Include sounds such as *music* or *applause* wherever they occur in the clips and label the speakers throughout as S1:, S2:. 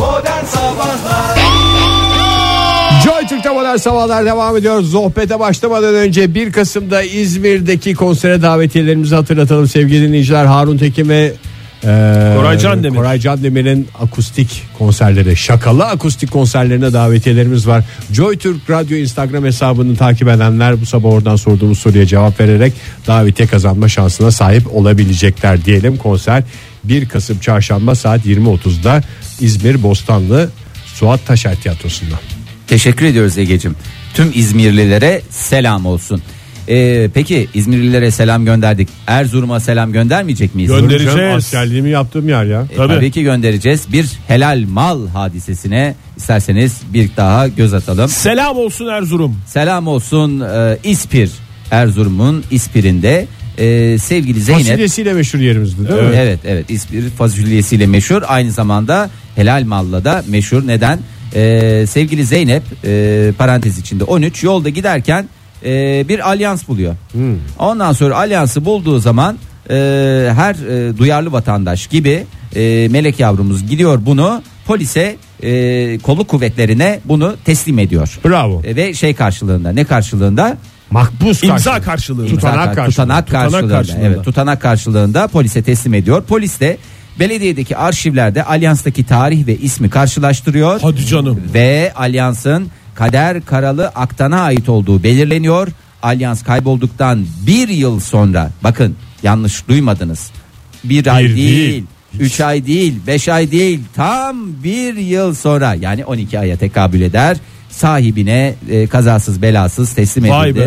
S1: Modern Sabahlar
S2: Joy Türk'te modern sabahlar devam ediyor. Zohbete başlamadan önce 1 Kasım'da İzmir'deki konsere davetiyelerimizi hatırlatalım sevgili dinleyiciler. Harun Tekin ve e,
S3: Koray Candemir.
S2: Koray Candemir'in akustik konserleri, şakalı akustik konserlerine davetiyelerimiz var. Joy Türk Radyo Instagram hesabını takip edenler bu sabah oradan sorduğumuz soruya cevap vererek davetiye kazanma şansına sahip olabilecekler diyelim. Konser 1 Kasım Çarşamba saat 20.30'da İzmir Bostanlı Suat Taşer Tiyatrosu'nda.
S4: Teşekkür ediyoruz Ege'cim. Tüm İzmirlilere selam olsun. Ee, peki İzmirlilere selam gönderdik. Erzurum'a selam göndermeyecek miyiz?
S3: Gönder-
S2: Tabii canım,
S3: Vereceğiz.
S2: Askerliğimi yaptığım yer ya.
S4: E,
S3: tabii.
S4: tabii ki göndereceğiz. Bir helal mal hadisesine isterseniz bir daha göz atalım.
S3: Selam olsun Erzurum.
S4: Selam olsun e, İspir. Erzurum'un İspir'inde e, sevgili Zeynep.
S2: Fasulyesiyle meşhur yerimizdi değil mi?
S4: Evet. evet İspir fasulyesiyle meşhur aynı zamanda helal malla da meşhur neden Ee, sevgili Zeynep e, parantez içinde 13 yolda giderken e, bir alyans buluyor
S2: Hmm.
S4: ondan sonra alyansı bulduğu zaman e, her e, duyarlı vatandaş gibi e, melek yavrumuz gidiyor bunu polise e, kolluk kuvvetlerine bunu teslim ediyor
S2: Bravo.
S4: E, ve şey karşılığında ne karşılığında
S2: Makbuz
S3: İmza
S2: karşı.
S3: karşılığı.
S2: Tut- Tutanak
S4: İmza kar-
S2: karşılığı.
S4: tutanak
S3: Tutanak
S4: karşılığında.
S3: karşılığında.
S4: Evet, tutanak karşılığında polise teslim ediyor. Polis de belediyedeki arşivlerde alyanstaki tarih ve ismi karşılaştırıyor.
S3: Hadi canım.
S4: Ve alyansın Kader Karalı Aktan'a ait olduğu belirleniyor. Alyans kaybolduktan bir yıl sonra bakın yanlış duymadınız. Bir, ay
S2: Bir
S4: değil,
S2: değil.
S4: üç ay değil, beş ay değil tam bir yıl sonra yani 12 aya tekabül eder. Sahibine e, kazasız belasız teslim edildi.
S3: Vay be.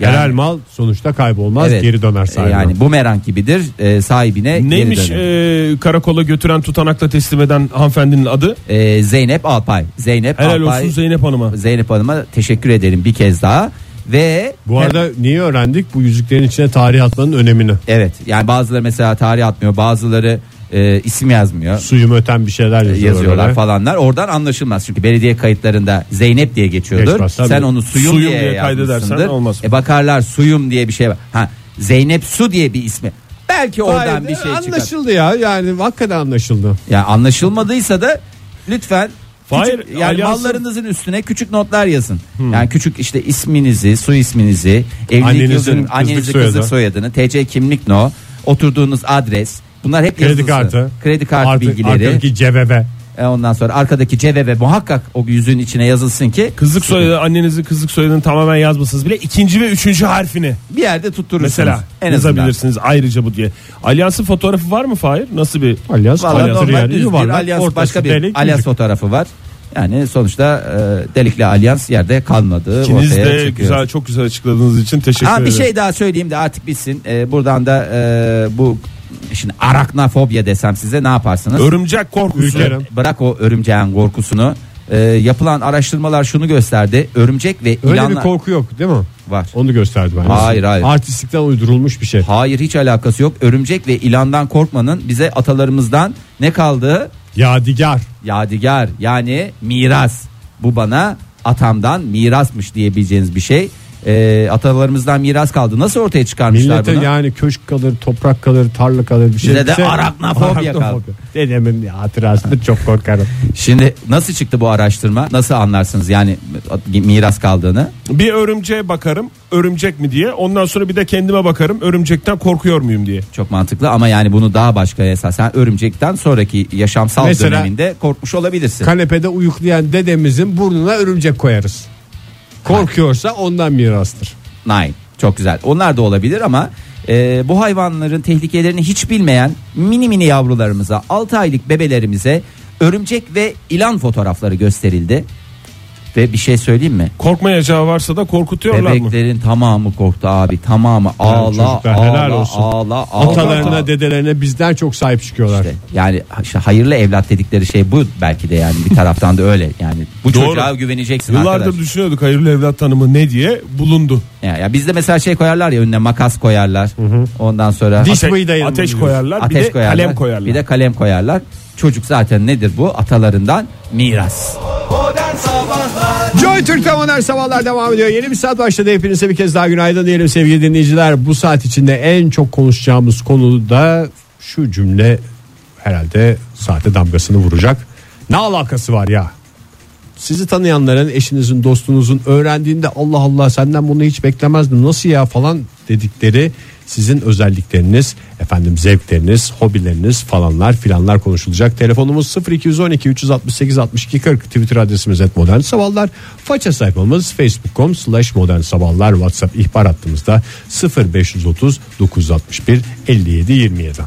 S4: Yani-
S2: Helal mal sonuçta kaybolmaz
S4: Evet.
S2: geri döner
S4: E,
S2: sahibine.
S4: Yani bumerang gibidir e, sahibine
S3: Neymiş
S4: geri döner.
S3: e, karakola götüren tutanakla teslim eden hanımefendinin adı?
S4: E, Zeynep Alpay. Zeynep
S3: Helal
S4: Alpay.
S3: olsun Zeynep Hanım'a.
S4: Zeynep Hanım'a teşekkür ederim bir kez daha. Ve
S2: Bu arada niye öğrendik bu yüzüklerin içine tarih atmanın önemini?
S4: evet yani bazıları mesela tarih atmıyor bazıları e, isim yazmıyor.
S2: Suyum öten bir şeyler yazıyorlar.
S4: yazıyorlar
S2: oraya.
S4: falanlar oradan anlaşılmaz çünkü belediye kayıtlarında Zeynep diye geçiyordur
S2: Geçmez, tabii.
S4: sen onu suyum,
S3: Suyum
S4: diye,
S3: diye kaydedersen
S4: yazmışsındır.
S3: olmaz.
S4: E bakarlar suyum diye bir şey var ha Zeynep su diye bir ismi belki oradan
S2: Hayır,
S4: bir şey çıkar
S2: Anlaşıldı ya yani hakikaten anlaşıldı.
S4: Yani anlaşılmadıysa da lütfen
S3: Hayır,
S4: küçük, yani
S3: alyansın.
S4: mallarınızın üstüne küçük notlar yazın. Yani küçük işte isminizi, soy isminizi, evlilik
S2: Hmm. Annenizin
S4: yılın,
S2: kızlık
S4: annenizin kızlık
S2: soyadı.
S4: soyadını, TC kimlik no, oturduğunuz adres. Bunlar hep
S2: Kredi
S4: yazılsın.
S2: kartı.
S4: Kredi kartı
S2: Artık-
S4: bilgileri.
S2: Arkadaki cebebe.
S4: E, Ondan sonra arkadaki cebe ve muhakkak o yüzün içine yazılsın ki
S3: Kızlık soyadı annenizin kızlık soyadını tamamen yazmasanız bile ikinci ve üçüncü harfini
S4: bir yerde tutturursunuz.
S3: mesela
S4: en azından.
S3: yazabilirsiniz ayrıca bu diye. Alyansın fotoğrafı var mı Fahir? Nasıl bir
S2: Alyans,
S4: Valla
S2: alyans,
S4: normal
S2: yani
S4: düz bir
S2: yuvarlak,
S4: alyans
S2: ortası
S4: başka bir
S2: delik,
S4: alyans
S2: yüzük.
S4: fotoğrafı var. Yani sonuçta e, delikli alyans yerde kalmadı.
S3: İkiniz
S4: ortaya
S3: de
S4: çıkıyor.
S3: güzel çok güzel açıkladığınız için teşekkür
S4: Ha,
S3: ederim.
S4: bir şey daha söyleyeyim de artık bitsin. Ee, buradan da e, bu şimdi araknafobya desem size ne yaparsınız?
S3: Örümcek korkusu.
S2: Ülkerim.
S4: Bırak o örümceğin korkusunu. Ee, yapılan araştırmalar şunu gösterdi. Örümcek ve
S2: Öyle bir
S4: ilanlar
S2: korku yok değil mi?
S4: var.
S2: Onu gösterdi bence.
S4: Hayır, hayır.
S2: Artistlikten uydurulmuş bir şey.
S4: Hayır hiç alakası yok. Örümcek ve ilandan korkmanın bize atalarımızdan ne kaldı?
S2: Yadigar.
S4: Yadigar yani miras. Bu bana atamdan mirasmış diyebileceğiniz bir şey. Ee, atalarımızdan miras kaldı. Nasıl ortaya çıkarmışlar
S2: Millete
S4: bunu?
S2: yani köşk kalır, toprak kalır, tarla kalır bir şey.
S4: Bize de
S2: Bize-
S4: araknafobya kaldı.
S2: Araknafobya. Dedemin ya hatırasıdır
S4: *laughs*
S2: çok korkarım.
S4: Şimdi nasıl çıktı bu araştırma? Nasıl anlarsınız yani miras kaldığını?
S3: Bir örümceğe bakarım örümcek mi diye. Ondan sonra bir de kendime bakarım örümcekten korkuyor muyum diye.
S4: Çok mantıklı ama yani bunu daha başka esasen örümcekten sonraki yaşamsal
S2: Mesela-
S4: döneminde korkmuş olabilirsin.
S2: Kanepede uyuklayan dedemizin burnuna örümcek koyarız. Korkuyorsa ondan mirastır.
S4: Nine. Çok güzel. Onlar da olabilir ama e, bu hayvanların tehlikelerini hiç bilmeyen mini mini yavrularımıza 6 aylık bebelerimize örümcek ve ilan fotoğrafları gösterildi. Ve bir şey söyleyeyim mi?
S3: Korkmayacağı varsa da korkutuyorlar mı?
S4: Bebeklerin tamamı korktu abi. Tamamı ağla
S2: çocuklar,
S4: ağla,
S2: helal olsun.
S4: ağla ağla.
S2: Atalarına, dedelerine bizden çok sahip çıkıyorlar.
S4: İşte yani işte hayırlı evlat dedikleri şey bu belki de yani bir taraftan da öyle yani bu
S3: Doğru.
S4: çocuğa güveneceksin
S3: Yıllardır
S4: arkadaş.
S3: düşünüyorduk hayırlı evlat tanımı ne diye bulundu.
S4: Ya, ya bizde mesela şey koyarlar ya önüne makas koyarlar. Ondan sonra
S2: Diş
S3: Ate-
S2: mıydayım mı
S3: ateş
S2: diyorsun?
S3: koyarlar bir de kalem koyarlar.
S4: Bir de kalem koyarlar. Çocuk zaten nedir bu? Atalarından miras.
S1: Modern Sabahlar
S2: Joy Türk'te modern sabahlar devam ediyor. Yeni bir saat başladı. Hepinize bir kez daha günaydın diyelim sevgili dinleyiciler. Bu saat içinde en çok konuşacağımız konu da şu cümle herhalde saate damgasını vuracak. Ne alakası var ya? Sizi tanıyanların eşinizin dostunuzun öğrendiğinde Allah Allah senden bunu hiç beklemezdim nasıl ya falan dedikleri sizin özellikleriniz efendim zevkleriniz hobileriniz falanlar filanlar konuşulacak telefonumuz 0212 368 62 40 twitter adresimiz et modern sabahlar faça sayfamız facebook.com slash modern sabahlar whatsapp ihbar hattımızda 0530 961 57 27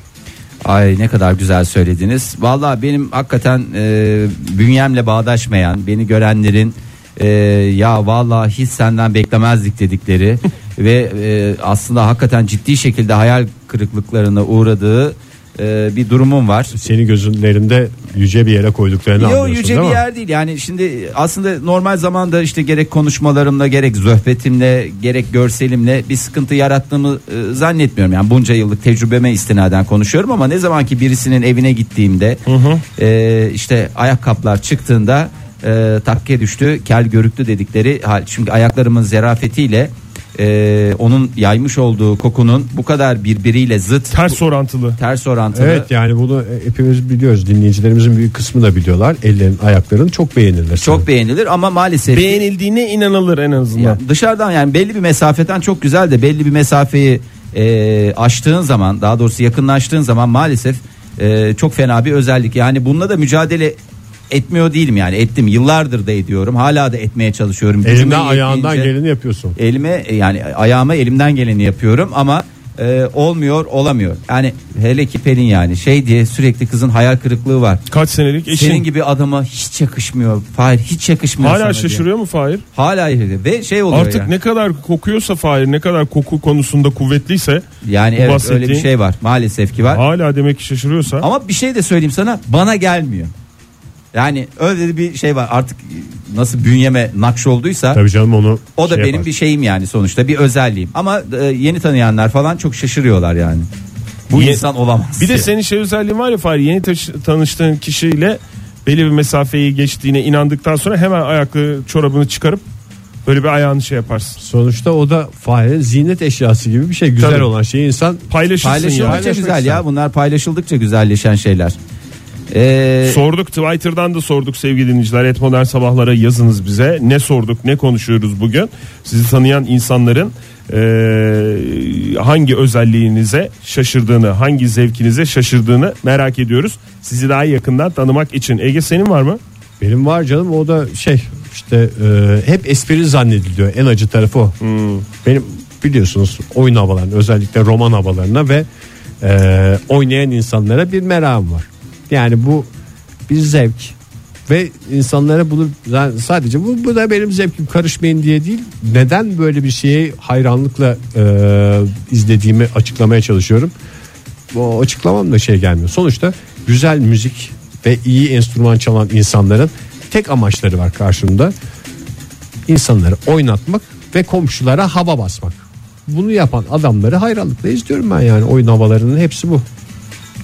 S4: Ay ne kadar güzel söylediniz. Vallahi benim hakikaten e, bünyemle bağdaşmayan, beni görenlerin e, ya vallahi hiç senden beklemezdik dedikleri ve e, aslında hakikaten ciddi şekilde hayal kırıklıklarına uğradığı e, bir durumum var.
S2: senin gözünlerinde yüce bir yere koyduklarını
S4: Yo
S2: anlıyorsun
S4: yüce
S2: değil
S4: bir
S2: mi?
S4: yer değil yani şimdi e, aslında normal zamanda işte gerek konuşmalarımla gerek zöhbetimle gerek görselimle bir sıkıntı yarattığımı e, zannetmiyorum. Yani bunca yıllık tecrübeme istinaden konuşuyorum ama ne zaman ki birisinin evine gittiğimde e, işte ayakkabılar çıktığında e, takke düştü kel görüktü dedikleri hal. Çünkü ayaklarımın zerafetiyle e, onun yaymış olduğu kokunun bu kadar birbiriyle zıt
S3: Ters orantılı.
S4: ters orantılı.
S2: Evet yani bunu e, hepimiz biliyoruz. Dinleyicilerimizin büyük kısmı da biliyorlar. Ellerin ayakların çok beğenilir.
S4: Çok beğenilir ama maalesef ki-
S3: Beğenildiğine inanılır en azından.
S4: Ya dışarıdan yani belli bir mesafeden çok güzel de belli bir mesafeyi e, aştığın zaman daha doğrusu yakınlaştığın zaman maalesef e, çok fena bir özellik. Yani bununla da mücadele etmiyor değilim yani ettim yıllardır da ediyorum hala da etmeye çalışıyorum. Gücüme
S2: Elinden
S4: yettiğince
S2: ayağından geleni yapıyorsun.
S4: elime e, yani ayağıma elimden geleni yapıyorum ama e, olmuyor olamıyor. Yani hele ki Pelin yani şey diye sürekli kızın hayal kırıklığı var.
S3: Kaç senelik eşin.
S4: Senin gibi adama hiç yakışmıyor. Fahir hiç yakışmıyor sana
S3: Hala
S4: diye.
S3: şaşırıyor mu Fahir?
S4: Hala şaşırıyor. ve şey oluyor
S3: Artık
S4: yani.
S3: ne kadar kokuyorsa Fahir ne kadar koku konusunda kuvvetliyse
S4: Yani
S3: bu
S4: evet
S3: bahsettiğin-
S4: öyle bir şey var maalesef ki var.
S3: hala demek ki şaşırıyorsa
S4: Ama bir şey de söyleyeyim sana bana gelmiyor. Yani öyle bir şey var artık nasıl bünyeme nakş olduysa
S2: Tabii canım onu
S4: o da
S2: şey
S4: benim
S2: yapar.
S4: bir şeyim yani sonuçta bir özelliğim. Ama e, yeni tanıyanlar falan çok şaşırıyorlar yani. Bu
S3: Ye-
S4: insan olamaz.
S3: bir de
S4: diye.
S3: senin şey özelliğin var ya Fahir yeni taşı- tanıştığın kişiyle belli bir mesafeyi geçtiğine inandıktan sonra hemen ayaklı çorabını çıkarıp böyle bir ayağını şey yaparsın.
S2: Sonuçta o da farenin ziynet eşyası gibi bir şey. Güzel
S3: Tabii.
S2: olan şey insan
S3: Paylaşırsın
S4: paylaşıldıkça
S3: ya.
S4: güzel ya bunlar paylaşıldıkça güzelleşen şeyler. Ee,
S3: Sorduk Twitter'dan da sorduk sevgili dinleyiciler. Et modern sabahlara yazınız bize. Ne sorduk ne konuşuyoruz bugün. Sizi tanıyan insanların eee, hangi özelliğinize şaşırdığını hangi zevkinize şaşırdığını merak ediyoruz. Sizi daha yakından tanımak için. Ege senin var mı?
S2: benim var canım o da şey işte e, hep espri zannediliyor. En acı tarafı o. Benim biliyorsunuz oyun havalarına özellikle roman havalarına ve e, oynayan insanlara bir merakım var. Yani bu bir zevk ve insanlara bunu yani sadece bu, bu da benim zevkim karışmayın diye değil neden böyle bir şeye hayranlıkla e, izlediğimi açıklamaya çalışıyorum. Bu açıklamam da şey gelmiyor. Sonuçta güzel müzik ve iyi enstrüman çalan insanların tek amaçları var karşımda. İnsanları oynatmak ve komşulara hava basmak. Bunu yapan adamları hayranlıkla izliyorum ben yani oyun havalarının hepsi bu.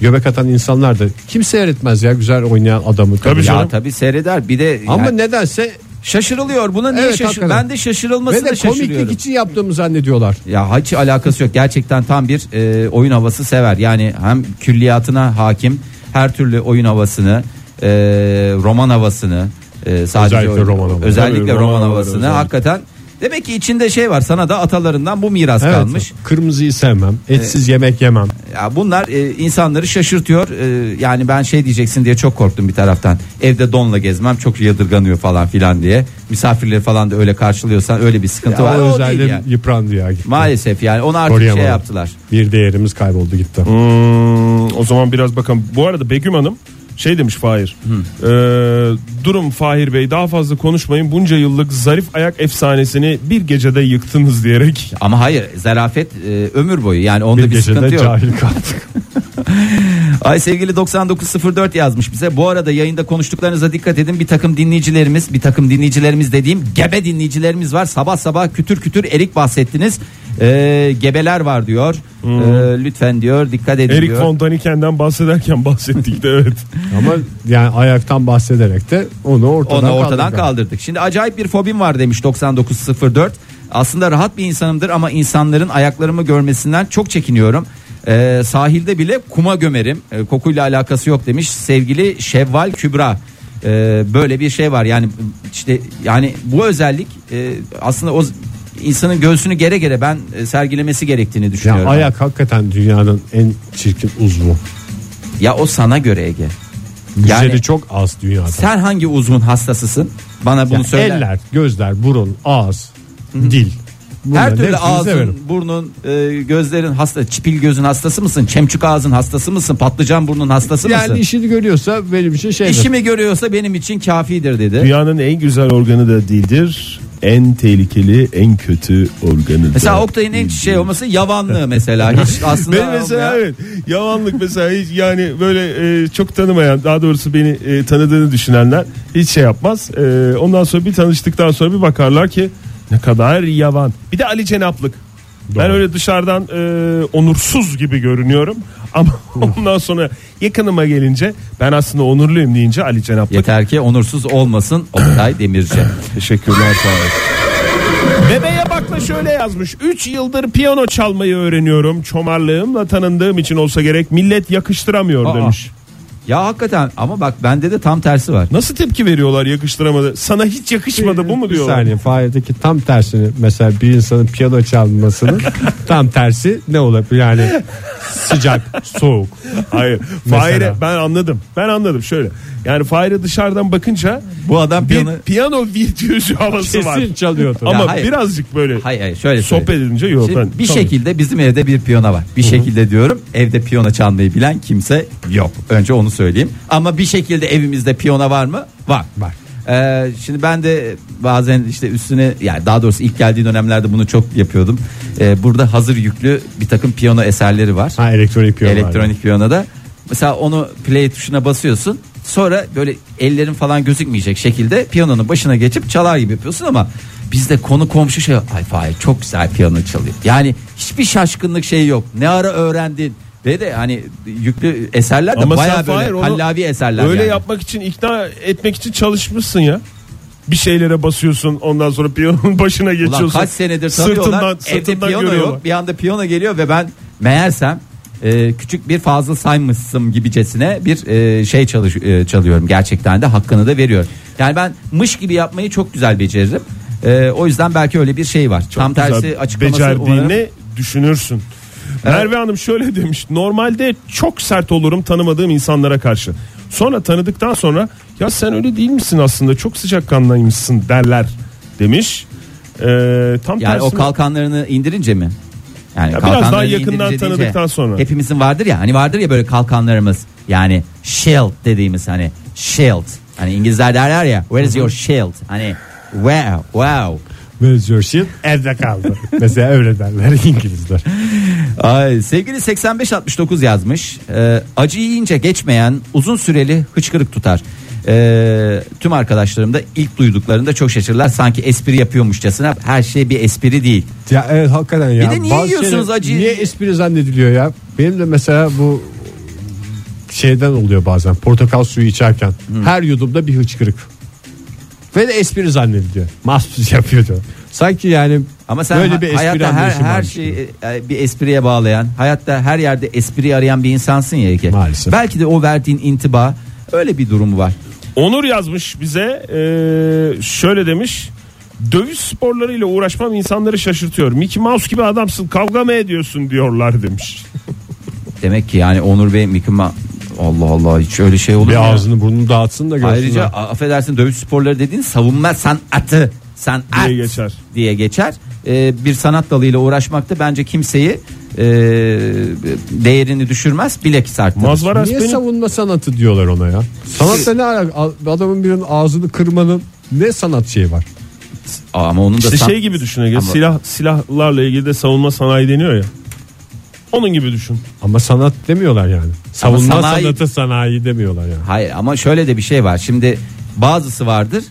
S2: Göbek atan insanlar da kimse öğretmez ya güzel oynayan adamı.
S3: Tabii
S2: Ya.
S4: ya
S3: canım.
S4: tabii seyreder bir de
S2: Ama
S4: yani
S2: nedense
S4: şaşırılıyor buna niye
S2: Evet,
S4: şaşır?
S2: hakikaten.
S4: Ben de
S2: ve
S4: şaşırılmasına
S2: de
S4: şaşırıyorum.
S2: komiklik için yaptığımı zannediyorlar.
S4: Ya hiç alakası yok. Gerçekten tam bir e, oyun havası sever. Yani hem külliyatına hakim, her türlü oyun havasını, e, roman havasını, e, sadece
S2: Özellikle
S4: oyun-
S2: roman havası.
S4: özellikle
S3: Tabii,
S4: roman
S3: roman
S4: havasını
S3: havaları
S4: hakikaten demek ki içinde şey var. Sana da atalarından bu miras kalmış. E,
S2: Kırmızıyı sevmem, etsiz yemek yemem.
S4: Ya bunlar e, insanları şaşırtıyor. E, yani ben şey diyeceksin diye çok korktum bir taraftan. Evde donla gezmem çok yadırganıyor falan filan diye. Misafirleri falan da öyle karşılıyorsan öyle bir sıkıntı
S2: Ya
S4: var.
S2: o
S4: e, O değil
S2: özelliğim
S4: yani.
S2: yıprandı ya. gitti.
S4: Maalesef yani onu artık şey
S2: Koruyamadım.
S4: yaptılar.
S2: Bir değerimiz kayboldu gitti.
S3: Hmm, o zaman biraz bakalım. Bu arada Begüm Hanım şey demiş Fahir. Ee, durum Fahir Bey daha fazla konuşmayın. Bunca yıllık zarif ayak efsanesini bir gecede yıktınız diyerek.
S4: Ama hayır zarafet e, ömür boyu yani onda
S2: Bir
S4: bir, sıkıntı
S2: gecede
S4: yok.
S2: cahil kaldık.
S4: Ay sevgili 9904 yazmış bize. Bu arada yayında konuştuklarınıza dikkat edin. Bir takım dinleyicilerimiz, bir takım dinleyicilerimiz dediğim gebe dinleyicilerimiz var. Sabah sabah kütür kütür erik bahsettiniz. E, gebeler var diyor.
S2: Hmm.
S4: E, lütfen diyor dikkat edin
S3: Erik
S4: diyor.
S3: Von Daniken'den bahsederken *laughs* bahsettik de evet.
S2: Ama yani ayaktan bahsederek de onu ortadan,
S4: Onu ortadan
S2: kaldırdık.
S4: kaldırdık. Şimdi acayip bir fobim var demiş 9904. Aslında rahat bir insanımdır ama insanların ayaklarımı görmesinden çok çekiniyorum. Ee, sahilde bile kuma gömerim. Ee, kokuyla alakası yok demiş sevgili Şevval Kübra. Ee, böyle bir şey var yani işte yani bu özellik e, aslında o z- insanın göğsünü gere gere ben e, sergilemesi gerektiğini
S2: Ya
S4: düşünüyorum. Ya,
S2: ayak hakikaten dünyanın en çirkin uzvu.
S4: o sana göre Ege.
S2: Güzeli
S4: Yani-
S2: çok az dünyada.
S4: Sen hangi uzvun hastasısın? Bana bunu
S2: Ya
S4: söyle.
S2: Eller, gözler, burun, ağız, dil.
S4: Her
S2: Bunların
S4: türlü
S2: hepsini
S4: ağzın,
S2: severim.
S4: burnun, e, gözlerin hasta, çipil gözün hastası mısın? Çemçük ağzın hastası mısın? Patlıcan burnun hastası
S2: Yani
S4: mısın?
S2: işini görüyorsa benim için şey.
S4: İşimi görüyorsa benim için kafidir dedi.
S3: Dünyanın en güzel organı da dildir. En tehlikeli, en kötü organı
S4: Mesela
S3: da
S4: Oktay'ın en
S3: dildir.
S4: şey olması yavanlığı
S3: *laughs*
S4: mesela. Hiç aslında
S3: Benim mesela
S4: olmayan-
S3: evet yavanlık mesela hiç yani böyle e, çok tanımayan daha doğrusu beni e, tanıdığını düşünenler hiç şey yapmaz. E, ondan sonra bir tanıştıktan sonra bir bakarlar ki ne kadar yavan. Bir de Ali Cenaplık. Ben
S2: Doğru.
S3: öyle dışarıdan e, onursuz gibi görünüyorum ama *laughs* ondan sonra yakınıma gelince ben aslında onurluyum deyince Ali Cenaplık.
S4: Yeter ki onursuz olmasın Oktay Demirci.
S3: *laughs* Teşekkürler sağ olun. Bebeğe bakla şöyle yazmış. 3 yıldır piyano çalmayı öğreniyorum. Çomarlığımla tanındığım için olsa gerek millet yakıştıramıyor
S4: Aa.
S3: demiş.
S4: ya hakikaten ama bak bende de tam tersi var.
S3: Nasıl tepki veriyorlar yakıştıramadı? Sana hiç yakışmadı bu mu
S2: Bir
S3: diyorlar?
S2: saniye Fahir'deki tam tersini mesela bir insanın
S4: *laughs*
S2: piyano çalmasının tam tersi ne olabilir yani sıcak soğuk
S3: *laughs* Hayır.
S2: Mesela.
S3: Fahir'e ben anladım. Ben anladım şöyle. Yani Fahir'e dışarıdan bakınca
S4: Bu adam
S3: bir
S4: piyano...
S3: piyano virtüözü havası var.
S2: kesin çalıyordu.
S3: Ama
S4: hayır.
S3: birazcık böyle
S4: Hayır hayır şöyle
S3: sohbet
S4: söyleyeyim.
S3: edince yok.
S4: Şimdi
S3: ben-
S4: bir
S3: Tamam.
S4: şekilde bizim evde bir piyano var. Bir şekilde diyorum evde piyano çalmayı bilen kimse yok. Önce onu söyleyeyim. Ama bir şekilde evimizde piyano var mı? Var.
S2: Var.
S4: Ee, şimdi ben de bazen işte üstüne yani daha doğrusu ilk geldiği dönemlerde bunu çok yapıyordum. Ee, burada hazır yüklü bir takım piyano eserleri var.
S2: Ha elektronik piyano. vardı.
S4: Elektronik piyanoda. Mesela onu play tuşuna basıyorsun. Sonra böyle ellerin falan gözükmeyecek şekilde piyanonun başına geçip çalar gibi yapıyorsun ama bizde konu komşu şey ay Fahir çok güzel piyano çalıyor. Yani hiçbir şaşkınlık şeyi yok. Ne ara öğrendin? Ve de hani yüklü eserler de
S3: Ama
S4: bayağı
S3: sen
S4: böyle
S3: Fahir onu
S4: hallavi eserler.
S3: Öyle
S4: yani.
S3: yapmak için ikna etmek için çalışmışsın ya. Bir şeylere basıyorsun ondan sonra piyanonun *laughs* başına geçiyorsun.
S4: Ulan kaç senedir tanıyorlar.
S3: sırtından,
S4: Evde
S3: sırtından
S4: piyano
S3: görüyorlar.
S4: yok. Bir anda piyano geliyor ve ben meğersem e, küçük bir fazla saymışsın gibicesine bir e, şey çalış, e, çalıyorum. Gerçekten de hakkını da veriyorum. Yani ben mış gibi yapmayı çok güzel beceririm. E, o yüzden belki öyle bir şey var. Tam tersi
S3: Güzel
S4: açıklaması
S3: Becerdiğini
S4: umarım-
S3: düşünürsün. Merve Hanım şöyle demiş. Normalde çok sert olurum tanımadığım insanlara karşı. Sonra tanıdıktan sonra ya sen öyle değil misin aslında çok sıcakkanlıymışsın derler demiş. Ee, tam
S4: Yani o
S3: tersine-
S4: kalkanlarını indirince mi? Yani
S3: Ya biraz daha
S4: kalkanlarını
S3: yakından
S4: indirince deyince
S3: tanıdıktan sonra.
S4: Hepimizin vardır ya hani vardır ya böyle kalkanlarımız. Yani shield dediğimiz hani shield. Hani İngilizler derler ya where is your shield? Hani wow wow.
S2: Where's your shit? Evde
S4: *laughs*
S2: kaldı. Mesela öyle derler İngilizler.
S4: Ay, sevgili 8569 yazmış. Ee, acı yiyince geçmeyen uzun süreli hıçkırık tutar. Ee, tüm arkadaşlarım da ilk duyduklarında çok şaşırırlar. Sanki espri yapıyormuşçasına her şey bir espri değil.
S2: Ya evet hakikaten ya.
S4: Bir de niye
S2: Bazı
S4: yiyorsunuz
S2: şeyler-
S4: acıyı?
S2: Niye espri zannediliyor ya? Benim de mesela bu şeyden oluyor bazen portakal suyu içerken her yudumda bir hıçkırık ve de espri zannediliyor mahsus *laughs* yapıyor diyor sanki yani
S4: Ama sen
S2: böyle
S4: ha-
S2: bir espri
S4: hayatta her,
S2: anlayışın
S4: her
S2: varmış gibi.
S4: şeyi e, bir espriye bağlayan, hayatta her yerde espri arayan bir insansın ya Ege.
S2: Maalesef.
S4: Belki de o verdiğin intiba öyle bir durumu var.
S3: Onur yazmış bize ee, şöyle demiş. Dövüş sporlarıyla uğraşmam insanları şaşırtıyor. Mickey Mouse gibi adamsın kavga mı ediyorsun diyorlar demiş.
S4: Demek ki yani Onur Bey Mickey Ma- Allah Allah hiç öyle şey olur mu?
S2: bir
S4: ya?
S2: ağzını burnunu dağıtsın da görsünler.
S4: Ayrıca a- affedersin dövüş sporları dediğin savunma sanatı sanat
S3: Diye geçer.
S4: diye geçer. Ee, bir sanat dalıyla uğraşmak da bence kimseyi e, değerini düşürmez bilakis arttırır.
S3: Mazvaras
S2: Niye
S3: benim
S2: savunma sanatı diyorlar ona ya?
S4: Şey-
S2: Sanatla ne alaka? Adamın birinin ağzını kırmanın ne sanat şeyi var?
S4: Aa, Ama onun da
S3: İşte
S4: san-
S3: şey gibi düşün Ege.
S4: Ama-
S3: Silah silahlarla ilgili de savunma sanayi deniyor ya. Onun gibi düşün.
S2: Ama sanat demiyorlar yani. Savunma
S4: sanayi-
S2: sanatı sanayi demiyorlar yani.
S4: Hayır ama şöyle de bir şey var. Şimdi bazısı vardır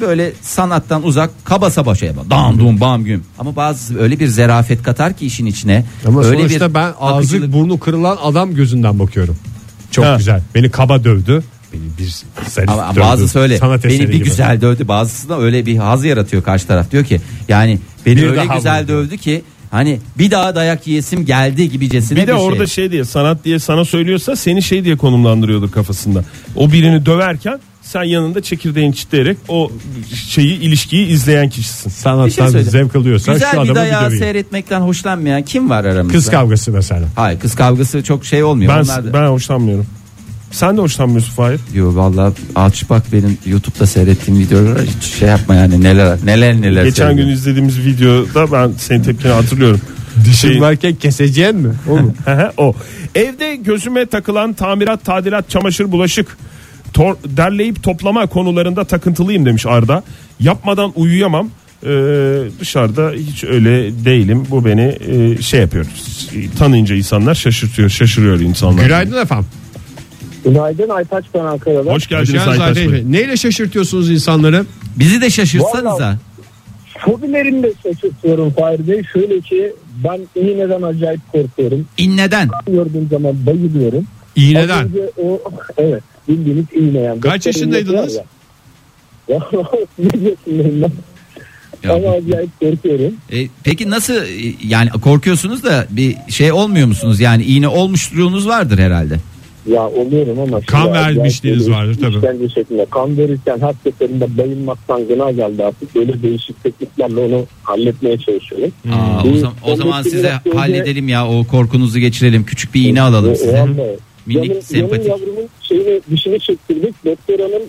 S4: böyle sanattan uzak kaba saba şey yapar. Dam dum bam güm. Ama bazısı öyle bir zerafet katar ki işin içine.
S2: Ama
S4: öyle
S2: sonuçta ben ağzı
S4: akıcılık-
S2: burnu kırılan adam gözünden bakıyorum. Çok
S3: Ha.
S2: güzel. Beni kaba dövdü. Beni bir zarif
S4: Ama
S2: dövdü.
S4: bazısı öyle
S2: Sanat
S4: beni bir
S2: eseri gibi.
S4: güzel dövdü. Bazısı da öyle bir haz yaratıyor karşı taraf. Diyor ki yani beni
S2: Bir
S4: öyle
S2: daha
S4: güzel
S2: vurdu.
S4: dövdü ki hani bir daha dayak yiyesim geldi gibicesine bir, şey.
S3: Bir de orada şey diye sanat diye sana söylüyorsa seni şey diye konumlandırıyordur kafasında. O birini döverken Sen yanında çekirdeğini çitleyerek o şeyi ilişkiyi izleyen kişisin.
S2: Sanattan
S4: söyleyeyim.
S2: zevk alıyorsan şu
S4: şey Güzel bir
S2: adamı bir
S4: dayağı
S2: döveyim.
S4: seyretmekten hoşlanmayan kim var aramızda?
S2: Kız kavgası mesela.
S4: Hayır kız kavgası çok şey olmuyor.
S3: Ben
S4: Bunlar da-
S3: ben hoşlanmıyorum. Sen de hoşlanmıyorsun Fahir.
S4: Diyor valla aç bak benim YouTube'da seyrettiğim videolara hiç şey yapma yani neler neler neler.
S3: Geçen gün
S4: seyrediyor.
S3: izlediğimiz videoda ben senin tepkini hatırlıyorum.
S2: Dişin
S3: Şey-
S2: varken keseceğin mi? O mu?
S3: Ehe, o. Evde gözüme takılan tamirat, tadilat, çamaşır, bulaşık tor- derleyip toplama konularında takıntılıyım demiş Arda. Yapmadan uyuyamam. Ee, dışarıda hiç öyle değilim. Bu beni e, şey yapıyor. Tanınca insanlar şaşırtıyor, şaşırıyor
S2: *laughs*
S3: insanlar.
S2: Günaydın efendim.
S5: Günaydın Aytaç ben Ankara'da.
S3: Hoş
S2: Hoş
S3: geldiniz
S2: geldiniz
S3: Aytaç
S2: Aytaç
S3: Bey.
S2: Bey. Neyle şaşırtıyorsunuz insanları?
S4: Bizi de şaşırtsanıza.
S5: Vallahi- Fobilerimi de şaşırtıyorum Fahir Bey. Şöyle ki ben iğneden acayip korkuyorum.
S4: İnneden.
S5: Gördüğüm zaman bayılıyorum. Az
S2: İğneden.
S5: önce o evet bildiğiniz iğne yani.
S2: Kaç
S5: Doktorun
S2: yaşındaydınız?
S5: yapıyor Ya *laughs* ne yaşındayım ben?
S4: Ya
S5: Ama
S4: bu-
S5: acayip korkuyorum.
S4: E, peki nasıl e, yani korkuyorsunuz da bir şey olmuyor musunuz? Yani iğne olmuşluğunuz vardır herhalde.
S5: Ya oluyorum ama. şimdi
S2: Kan
S5: acayip
S2: vermişliğiniz
S5: böyle
S2: vardır tabii.
S5: işkence şeklinde. Kan verirken her seferinde bayılmaktan gına geldi artık. Böyle değişik tekniklerle onu halletmeye çalışıyorum.
S3: Hmm.
S4: Aa, o,
S5: Bir-
S4: zaman, o zaman
S5: Ondan
S4: size
S5: sonra-
S4: halledelim ya o korkunuzu geçirelim. Küçük bir iğne
S5: O- o
S4: alalım size.
S5: anda-
S4: Minik,
S5: yanım,
S4: sempatik.
S5: Yanım yavrumun şeyini dişini çektirdik. Doktor hanım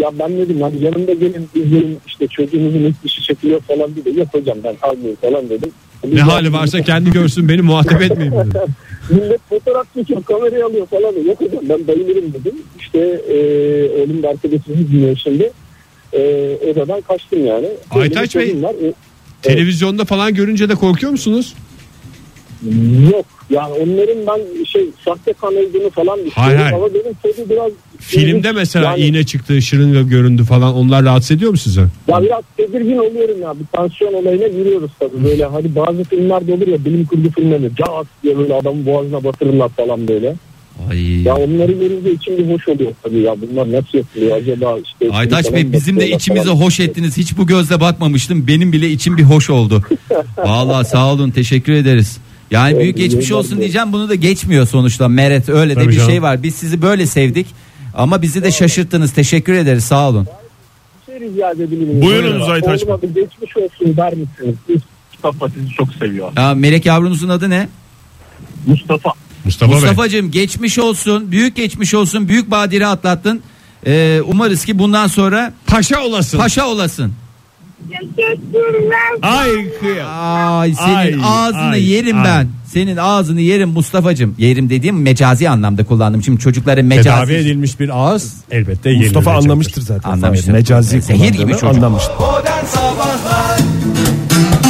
S5: ya ben ne diyeyim hani yanımda gelin izleyin işte çocuğunuzun ilk dişi çekiliyor falan dedi. Yok hocam ben almayayım falan dedim.
S2: Ne hali varsa kendi görsün beni muhatap etmeyin dedi. *laughs*
S5: Millet fotoğraf çekiyor kamerayı alıyor falan. Yok hocam ben bayılırım dedim. İşte e, oğlum da arkadaşımız dinliyor şimdi. E, odadan kaçtım yani.
S2: Aytaç
S5: Benim
S2: Bey.
S5: çocuğum var. E,
S2: Televizyonda falan görünce de korkuyor musunuz?
S5: Yok yani onların ben şey sahte kan olduğunu falan düşünüyorum.
S2: hayır.
S5: Ama benim çocuğu biraz...
S2: Filmde mesela
S5: Yani-
S2: iğne çıktı, şırınga göründü falan onlar rahatsız ediyor mu sizi?
S5: Ya biraz tedirgin oluyorum ya. Bir tansiyon olayına giriyoruz tabii. Böyle hani bazı filmlerde olur ya bilim kurgu filmleri. Caz diye böyle adamın boğazına batırırlar falan böyle.
S4: Ay.
S5: Ya onları görünce içim bir hoş oluyor tabii ya. Bunlar nasıl yapılıyor acaba işte.
S4: Aytaç
S5: Falan
S4: Bey bizim de
S5: bakıyorlar
S4: içimize
S5: falan.
S4: hoş ettiniz. Hiç bu gözle bakmamıştım. Benim bile içim bir hoş oldu. Vallahi sağ olun teşekkür ederiz. Yani büyük geçmiş olsun diyeceğim bunu da geçmiyor sonuçta Meret öyle de
S2: Tabii
S4: bir
S2: canım.
S4: şey var. Biz sizi böyle sevdik ama bizi de şaşırttınız. Teşekkür ederiz sağ olun.
S5: Bir şey rica edebilir miyim?
S3: Buyurunuz Aytaç Bey.
S5: Oğlum abi geçmiş olsun der misiniz? Biz Mustafa sizi çok seviyor.
S4: Ya, Melek yavrunuzun adı ne?
S5: Mustafa.
S2: Mustafa, Bey.
S4: Mustafa'cığım geçmiş olsun. Büyük geçmiş olsun. Büyük badire atlattın. Ee, umarız ki bundan sonra
S2: Paşa olasın.
S4: paşa olasın.
S6: Teşekkürler.
S3: Ay kıyam.
S4: Ay senin
S3: Ay,
S4: ağzını
S3: ay,
S4: yerim
S3: ay.
S4: ben. Senin ağzını yerim Mustafa'cığım. Yerim dediğim mecazi anlamda kullandım. Şimdi çocukların
S2: Tedavi
S4: mecazi
S2: edilmiş bir ağız elbette
S3: Mustafa
S2: yenilecektir.
S3: anlamıştır zaten.
S4: Anlamıştır.
S3: Mecazi
S4: Zehir
S3: kullandığını
S4: gibi çocuk.
S3: anlamıştır.
S1: Modern Sabahlar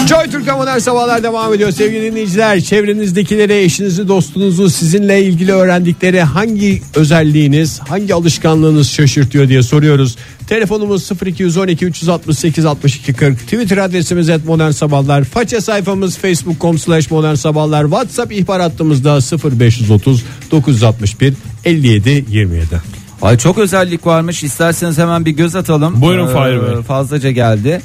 S2: Joy Türk'te modern sabahlar devam ediyor. Sevgili dinleyiciler çevrenizdekileri, eşinizi, dostunuzu sizinle ilgili öğrendikleri hangi özelliğiniz, hangi alışkanlığınız şaşırtıyor diye soruyoruz. Telefonumuz 0212 368 62 40. Twitter adresimiz et modern sabahlar. Faça sayfamız facebook.com slash modern sabahlar. Whatsapp ihbar hattımızda 0530 961 57 27.
S4: Ay çok özellik varmış. İsterseniz hemen bir göz atalım. Ee,
S3: Buyurun Fahir Bey.
S4: Fazlaca geldi.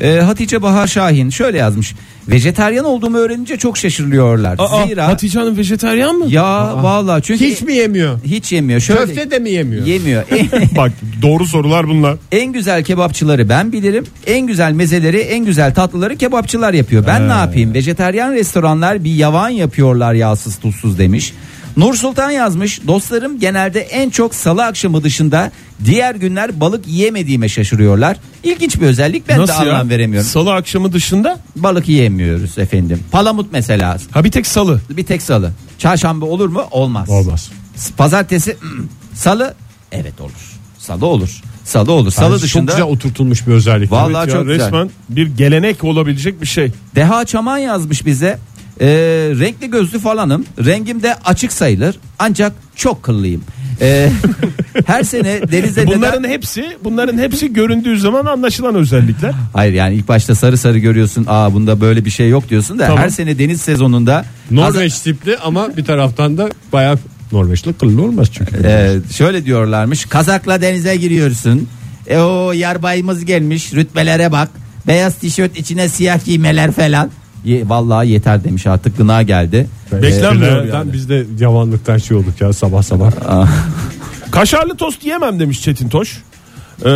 S4: Ee, Hatice Bahar Şahin şöyle yazmış. Vejetaryen olduğumu öğrenince çok şaşırıyorlar.
S3: Aa,
S4: Zira
S3: Hatice Hanım vejeteryan mı?
S4: ya vallahi çünkü
S2: Hiç mi yemiyor?
S4: hiç yemiyor. Şöyle
S2: Köfte de mi yemiyor?
S4: yemiyor.
S2: *laughs*
S3: Bak doğru sorular bunlar.
S4: En güzel kebapçıları ben bilirim. En güzel mezeleri, en güzel tatlıları kebapçılar yapıyor. Ben ne yapayım? Vejeteryan restoranlar bir yavan yapıyorlar yağsız tuzsuz demiş. Nur Sultan yazmış. Dostlarım genelde en çok salı akşamı dışında diğer günler balık yiyemediğime şaşırıyorlar. İlginç bir özellik ben de anlam veremiyorum.
S3: Salı akşamı dışında
S4: Balık yiyemiyoruz efendim. Palamut mesela
S3: ha bir tek salı.
S4: bir tek salı. Çarşamba olur mu? Olmaz.
S2: Olmaz.
S4: Pazartesi *clears throat* ım. salı evet olur. Salı olur. Salı olur. Salı
S2: Yani
S4: dışında
S2: Çok güzel oturtulmuş bir özellik.
S4: Vallahi
S3: Ya
S4: çok güzel. E,
S3: resmen bir gelenek olabilecek bir şey.
S4: Deha Çaman yazmış bize. Ee, renkli gözlü falanım. Rengim de açık sayılır. Ancak çok kıllıyım. Ee, *laughs* her sene denize
S3: Bunların
S4: neden...
S3: hepsi bunların hepsi göründüğü zaman
S4: *laughs*
S3: anlaşılan özellikler.
S4: Hayır yani ilk başta sarı sarı görüyorsun. Aa bunda böyle bir şey yok diyorsun da
S3: Tamam.
S4: her sene deniz sezonunda
S2: Norveç tipli ama bir taraftan da bayağı Norveçli kıllı olmaz çünkü.
S4: Ee, şöyle diyorlarmış. Kazakla denize giriyorsun. E o yarbayımız gelmiş. Rütbelere bak. Beyaz tişört içine siyah giymeler falan. Ye, vallahi yeter demiş artık gına geldi.
S3: Beklenmiyor
S2: Bizlerden
S3: Ee, yani.
S2: Biz de yavanlıktan şey olduk ya sabah sabah.
S3: Kaşarlı tost yiyemem demiş Çetin Toş. Ee,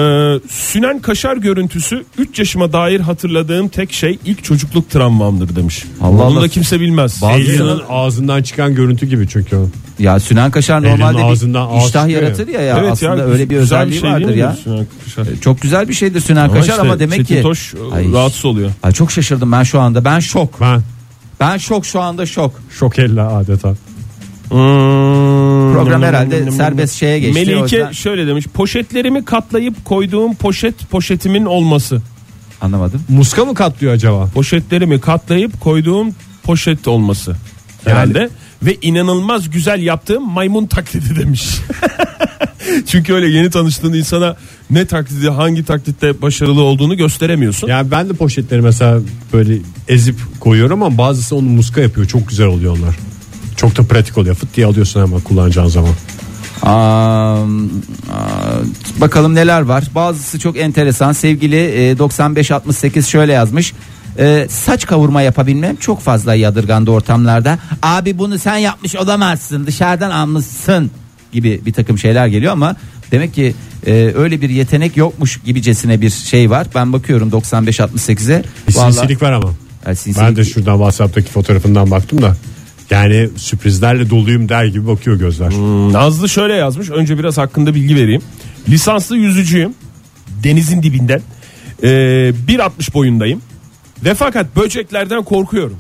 S3: sünen kaşar görüntüsü 3 yaşıma dair hatırladığım tek şey ilk çocukluk travmamdır demiş.
S4: Allah
S3: Bunu da
S4: Allah.
S3: kimse bilmez.
S4: Bazı-
S2: Alien'ın ağzından çıkan görüntü gibi çünkü o.
S4: Ya sünen kaşar normalde bir
S2: ağzından ağız
S4: iştah
S2: çıkıyor ya.
S4: yaratır ya, ya.
S3: Evet
S4: aslında
S3: ya,
S4: öyle bir
S3: güzel
S4: özelliği
S3: şey değil
S4: vardır
S3: mi
S4: ya.
S3: sünen kaşar?
S4: Çok güzel bir şeydir sünen kaşar
S3: işte
S4: ama demek
S3: Çetin
S4: ki
S3: Toş, e,
S4: Ay,
S3: rahatsız oluyor.
S4: ay çok şaşırdım ben şu anda. Ben şok.
S2: Ben
S4: Ben şok şu anda şok.
S2: şokella adeta.
S4: Program herhalde serbest şeye geçti. O
S3: Melike
S4: yüzden-
S3: şöyle demiş. Poşetlerimi katlayıp koyduğum poşet poşetimin olması.
S4: anlamadım.
S2: Muska mı katlıyor acaba?
S3: Poşetlerimi katlayıp koyduğum poşet olması. Herhalde ve inanılmaz güzel yaptığım maymun taklidi demiş. *laughs* Çünkü öyle yeni tanıştığın insana ne taklidi hangi taklitte başarılı olduğunu gösteremiyorsun.
S2: Yani ben de poşetleri mesela böyle ezip koyuyorum ama bazısı onu muska yapıyor. Çok güzel oluyor onlar. Çok da pratik oluyor. Fıt diye alıyorsun hemen kullanacağın zaman.
S4: Aa, aa, bakalım neler var. Bazısı çok enteresan. Sevgili e, 9568 şöyle yazmış. E, saç kavurma yapabilmem çok fazla yadırgandı ortamlarda. Abi bunu sen yapmış olamazsın. Dışarıdan almışsın gibi bir takım şeyler geliyor ama demek ki e, öyle bir yetenek yokmuş gibicesine bir şey var. Ben bakıyorum 9568'e.
S2: Bir
S4: Vallahi-
S2: sinsilik var ama.
S4: Ha, sinsilik-
S2: Ben de şuradan WhatsApp'taki fotoğrafından baktım da. Yani sürprizlerle doluyum der gibi bakıyor gözler.
S3: Nazlı şöyle yazmış. Önce biraz hakkında bilgi vereyim. Lisanslı yüzücüyüm. Denizin dibinden. Ee, 1.60 boyundayım. Ve fakat böceklerden korkuyorum.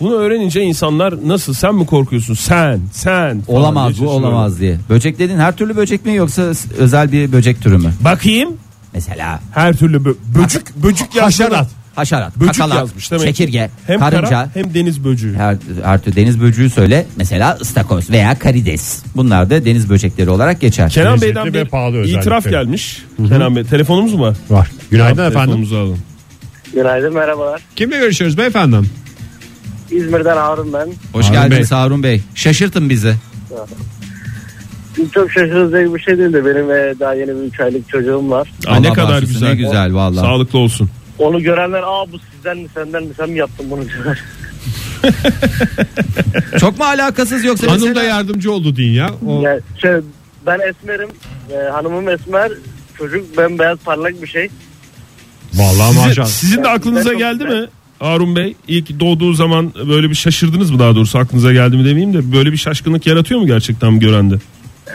S3: Bunu öğrenince insanlar nasıl sen mi korkuyorsun sen sen falan diye
S4: Olamaz bu
S3: şaşırıyor.
S4: olamaz diye. Böcek dedin her türlü böcek mi yoksa s- özel bir böcek türü mü?
S3: Bakayım
S4: Mesela
S3: her türlü bö- böcük böcük yazmış.
S4: Haşerat,
S3: Böcük
S4: kakala,
S3: yazmış demek. ki.
S4: çekirge,
S3: hem
S4: karınca,
S3: kara, hem deniz böceği.
S4: her, her tür deniz böceği söyle. Mesela ıstakoz veya karides. Bunlar da deniz böcekleri olarak geçer.
S3: Kenan
S2: Lezzetli
S3: Bey'den
S2: ve
S3: bir
S2: pahalı özellikle.
S3: itiraf gelmiş. Kenan Bey telefonumuz mu var?
S2: Var. Günaydın efendim.
S3: Telefonumuzu alın.
S5: Günaydın merhabalar.
S2: Kimle görüşüyoruz beyefendim?
S5: İzmir'den Harun ben.
S4: Hoş
S2: Harun
S4: geldiniz Harun Bey. Şaşırtın bizi.
S5: Çok şaşırtıcı bir şey değil de benim e, daha yeni bir 3 aylık çocuğum var.
S3: Aa, ne
S4: Allah
S3: kadar
S4: bağışlasın,
S3: güzel.
S4: Ne güzel vallahi.
S3: Sağlıklı olsun.
S5: Onu görenler aa bu sizden mi senden mi sen mi yaptın bunu diyorlar.
S4: Çok mu alakasız yoksa
S2: Hanım
S4: mesela-
S2: da yardımcı oldu din ya. O...
S5: Yani şey, ben esmerim. e, hanımım esmer. Çocuk bembeyaz parlak bir şey.
S2: Vallahi
S3: Sizin-
S2: maşallah.
S3: Sizin de aklınıza geldi mi? Harun Bey ilk doğduğu zaman böyle bir şaşırdınız mı daha doğrusu aklınıza geldi mi demeyeyim de böyle bir şaşkınlık yaratıyor mu gerçekten görende?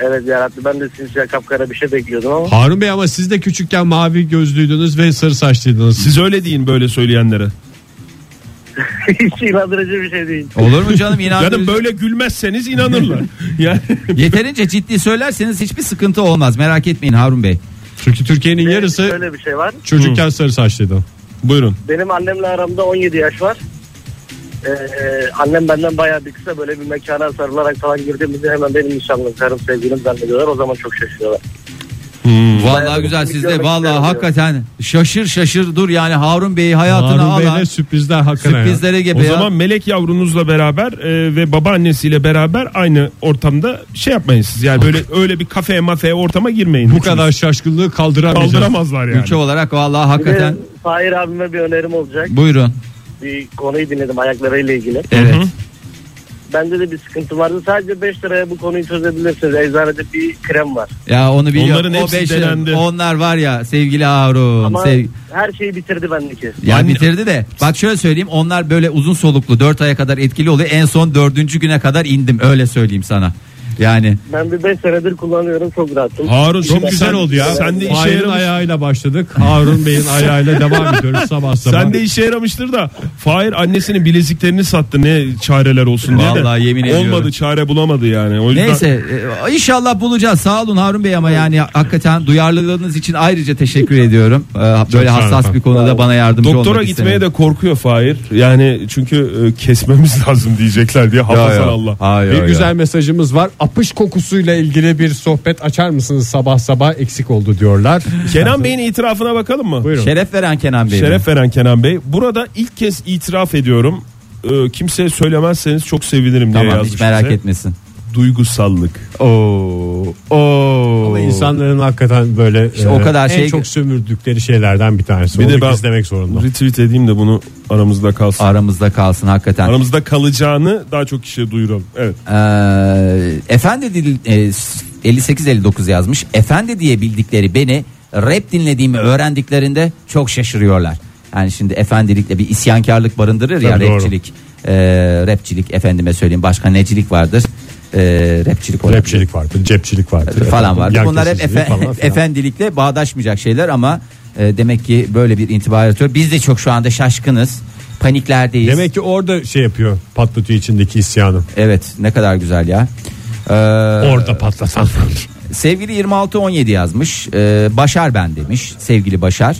S5: Evet yarattı. Ben de sinsiye kapkara bir şey bekliyordum ama. *laughs*
S2: Harun Bey ama siz de küçükken mavi gözlüydünüz ve sarı saçlıydınız. Siz
S3: Siz öyle deyin böyle söyleyenlere.
S5: Hiç inandırıcı bir şey değil.
S4: Olur mu
S3: *laughs*
S4: canım
S3: Yani
S4: inandırıcı.
S3: böyle
S2: *laughs*
S3: gülmezseniz inanırlar. yani
S4: Yeterince ciddi söylerseniz hiçbir sıkıntı olmaz. Merak etmeyin Harun Bey.
S2: çünkü Türkiye'nin yarısı
S5: Şöyle bir şey var.
S2: çocukken sarı saçlıydı.
S3: buyurun.
S5: Benim annemle aramda 17 yaş var. Ee, annem benden bayağı bir kısa böyle bir mekana sarılarak falan girdiğimizde hemen benim nişanlım, karım, sevgilim zannediyorlar. O zaman çok şaşırıyorlar.
S3: Hmm.
S4: Vallahi güzel siz de
S5: görmek
S4: vallahi
S5: isterim
S4: hakikaten şaşır şaşır dur yani Harun Bey'i hayatına
S2: Harun
S4: alan
S2: Bey'le sürprizler hakikaten. ya.
S4: sürprizlere gebe
S3: O
S4: ya.
S3: zaman melek yavrunuzla beraber e, ve babaannesiyle beraber aynı ortamda şey yapmayın siz.
S2: *laughs*
S3: Yani böyle öyle bir kafeye mafeye ortama girmeyin.
S2: Bu kadar şaşkınlığı kaldıramayacağız.
S3: kaldıramazlar yani.
S4: ülke olarak vallahi
S5: Bir de
S4: hakikaten
S5: Fahir abime bir önerim olacak.
S4: buyurun.
S5: Bir konuyu dinledim ayaklarıyla ilgili.
S4: Evet.
S5: Bende de bir sıkıntı vardı. Sadece 5 liraya bu konuyu çözebilirsiniz. Eczanede bir krem var.
S4: Ya onu biliyorum.
S3: Onların
S4: o
S3: hepsi
S4: beş-
S3: denendi.
S4: Onlar var ya sevgili Harun.
S5: Ama
S4: sev-
S5: her şeyi bitirdi bendeki.
S4: ya
S3: Anne-
S4: bitirdi de bak şöyle söyleyeyim onlar böyle uzun soluklu 4 aya kadar etkili oluyor. En son dördüncü güne kadar indim öyle söyleyeyim sana. Yani
S5: Ben bir 5 senedir kullanıyorum. Çok rahatım.
S3: Harun
S2: Çok güzel oldu ya.
S3: Sen de işe
S2: Fahir'in
S3: yaramış.
S2: ayağıyla başladık. Harun Bey'in ayağıyla devam ediyoruz sabah sabah.
S3: Sen de işe yaramıştır da Fahir annesinin bileziklerini sattı ne çareler olsun diye de.
S4: Vallahi yemin ediyorum.
S3: Olmadı çare bulamadı yani. O yüzden
S4: neyse e, inşallah bulacağız. Sağ olun Harun Bey ama yani hakikaten duyarlılığınız için ayrıca teşekkür ediyorum. Ee, Böyle
S2: sağ olun
S4: hassas
S2: efendim.
S4: bir konuda bana yardımcı
S3: doktora
S4: olmak
S3: gitmeye
S4: istedim.
S3: de korkuyor Fahir. Yani çünkü e, kesmemiz *laughs* lazım diyecekler diye hafazan
S4: ya.
S3: Allah.
S4: Ay,
S2: Bir
S4: ay,
S2: güzel mesajımız var. Apış kokusuyla ilgili bir sohbet açar mısınız sabah sabah eksik oldu diyorlar.
S3: Kenan Bey'in itirafına bakalım mı?
S2: Buyurun.
S4: Şeref veren Kenan Bey.
S3: Şeref veren Kenan Bey. Burada ilk kez itiraf ediyorum. E, Kimseye söylemezseniz çok sevinirim diye
S4: Tamam
S3: yazmış
S4: hiç merak
S3: bize.
S4: etmesin.
S3: Duygusallık.
S4: Oo. Oo.
S2: Ama insanların hakikaten böyle e,
S4: o kadar
S2: en
S4: şey-
S2: çok sömürdükleri şeylerden bir tanesi.
S3: Bir
S2: Onu
S3: de ben
S2: izlemek zorunda.
S3: retweet edeyim de bunu aramızda kalsın.
S4: aramızda kalsın hakikaten.
S3: Aramızda kalacağını daha çok kişiye duyuralım. Evet.
S4: Ee, efendi dil, e, s- 58-59 yazmış. Efendi diye bildikleri beni rap dinlediğimi öğrendiklerinde çok şaşırıyorlar. Yani şimdi efendilikle bir isyankarlık barındırır ya
S2: Tabii doğru.
S4: rapçilik. Ee, rapçilik efendime söyleyeyim başka necilik vardır. Ee, rapçilik olabilir.
S2: Rapçilik vardır, cepçilik vardır.
S4: falan vardı.
S2: Yan
S4: Bunlar hep
S2: kesicilik
S4: efe-
S2: falan filan.
S4: efendilikle bağdaşmayacak şeyler ama e, demek ki böyle bir intiba yaratıyor. Biz de çok şu anda şaşkınız. Paniklerdeyiz.
S2: Demek ki orada şey yapıyor patlatıyor içindeki isyanı.
S4: Evet ne kadar güzel ya. Ee,
S2: Orada patlatan.
S4: sevgili 2617 yazmış. Ee, Başar ben demiş. Sevgili Başar.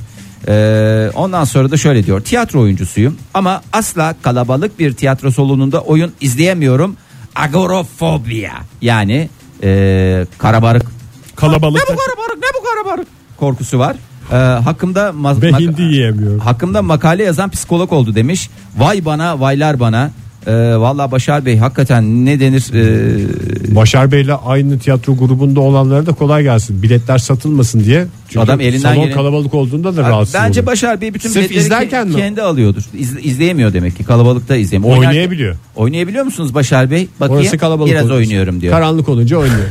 S4: Ee, ondan sonra da şöyle diyor. Tiyatro oyuncusuyum ama asla kalabalık bir tiyatro salonunda oyun izleyemiyorum. Agorofobia. Yani e, karabarık. *laughs*
S3: Kalabalık.
S4: Ne bu karabarık ne bu karabarık korkusu var. Ee, hakkımda ma-
S2: Ve
S4: ma-
S2: hindi yiyemiyorum.
S4: Hakkımda makale yazan psikolog oldu demiş. Vay bana vaylar bana. Ee, Valla Başar Bey hakikaten ne denir ee,
S2: Başar Bey'le aynı tiyatro grubunda olanlara da kolay gelsin. Biletler satılmasın diye. Çünkü
S4: Adam elinden
S2: salon
S4: gelen-
S2: kalabalık olduğunda da
S4: Abi
S2: rahatsız
S4: Bence
S2: oluyor.
S4: Başar Bey bütün
S2: Sırf
S4: biletleri ke-
S2: izlerken mi?
S4: kendi alıyordur. İz- izleyemiyor demek ki. Kalabalıkta izleyemiyor. Oynarken-
S2: Oynayabiliyor.
S4: Oynayabiliyor musunuz Başar Bey? Bakayım.
S2: Orası kalabalık
S4: Biraz
S2: olduğu için.
S4: oynuyorum diyor.
S2: Karanlık olunca oynuyor.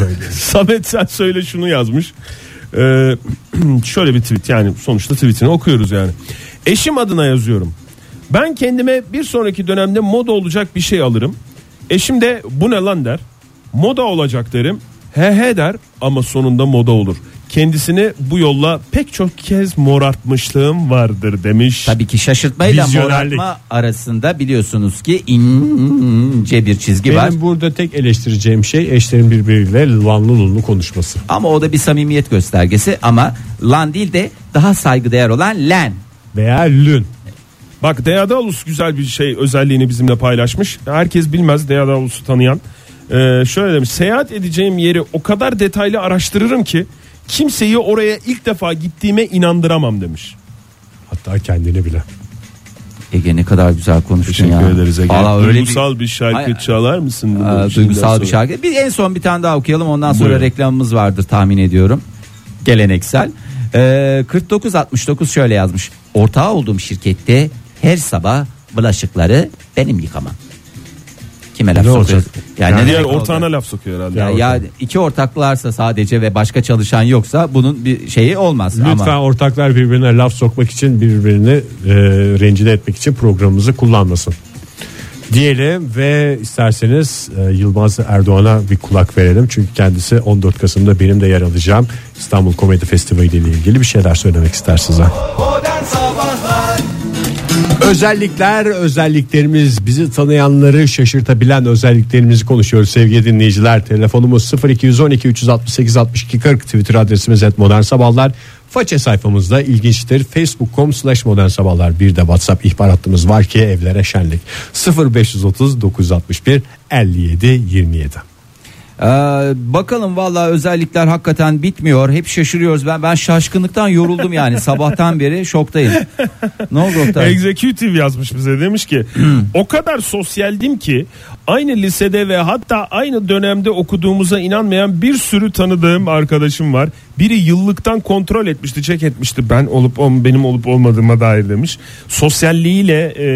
S4: *laughs*
S2: oynuyor.
S3: *laughs* Samet sen söyle şunu yazmış. Ee, *clears throat* şöyle bir tweet yani sonuçta tweetini okuyoruz yani. Eşim adına yazıyorum. Ben kendime bir sonraki dönemde moda olacak bir şey alırım. Eşim de bu ne lan der. Moda olacak derim. He he der ama sonunda moda olur. Kendisini bu yolla pek çok kez morartmışlığım vardır demiş.
S4: Tabii ki şaşırtmayla
S3: Vizyonerlik.
S4: morartma arasında biliyorsunuz ki ince bir çizgi var.
S2: Benim burada tek eleştireceğim şey eşlerin birbiriyle lanlı lunlu konuşması.
S4: Ama o da bir samimiyet göstergesi ama lan değil de daha saygıdeğer olan len.
S2: Veya lün.
S3: Bak Deadalus güzel bir şey özelliğini bizimle paylaşmış. Herkes bilmez Deadalus'u tanıyan. Ee, şöyle demiş seyahat edeceğim yeri o kadar detaylı araştırırım ki kimseyi oraya ilk defa gittiğime inandıramam demiş.
S2: Hatta kendini bile.
S4: Ege ne kadar güzel konuştun
S3: Teşekkür
S4: ya.
S3: ederiz Ege.
S4: Valla öyle bir-
S3: duygusal bir, şarkı
S4: Ay-
S3: çalar mısın? şey bunun
S4: Aa,
S3: içinden
S4: Ee, duygusal bir
S3: sonra?
S4: şarkı. Bir en son bir tane daha okuyalım ondan sonra
S3: Buyurun.
S4: reklamımız vardır tahmin ediyorum. Geleneksel. Ee, 4969 şöyle yazmış. Ortağı olduğum şirkette her sabah bulaşıkları benim yıkamam. Kime laf
S2: Ne
S4: sokuyoruz?
S2: olacak?
S4: Yani ne
S3: Diğer
S4: demek
S3: ortağına
S4: oldu?
S3: laf sokuyor herhalde.
S4: ya, ya iki ortaklarsa sadece ve başka çalışan yoksa bunun bir şeyi olmaz
S2: Lütfen
S4: ama
S2: ortaklar birbirine laf sokmak için birbirini e, rencide etmek için programımızı kullanmasın. Diyelim ve isterseniz e, Yılmaz Erdoğan'a bir kulak verelim. Çünkü kendisi 14 Kasım'da benim de yer alacağım İstanbul Komedi Festivali ile ilgili bir şeyler söylemek ister size.
S1: Modern Sabahlar
S2: Özellikler, özelliklerimiz, bizi tanıyanları şaşırtabilen özelliklerimizi konuşuyoruz sevgili dinleyiciler. Telefonumuz 0212 368 62 40 Twitter adresimiz et modern sabahlar. Faça sayfamızda ilginçtir. Facebook.com slash modern sabahlar. Bir de WhatsApp ihbar hattımız var ki evlere şenlik. 0530 961 57 27.
S4: Ee, bakalım valla özellikler hakikaten bitmiyor. Hep şaşırıyoruz. Ben ben şaşkınlıktan yoruldum yani. Sabahtan beri şoktayım. Ne oldu Oktay?
S3: Executive yazmış bize demiş ki o kadar sosyaldim ki aynı lisede ve hatta aynı dönemde okuduğumuza inanmayan bir sürü tanıdığım arkadaşım var. Biri yıllıktan kontrol etmişti, çek etmişti ben olup on benim olup olmadığıma dair demiş. Sosyalliğiyle e,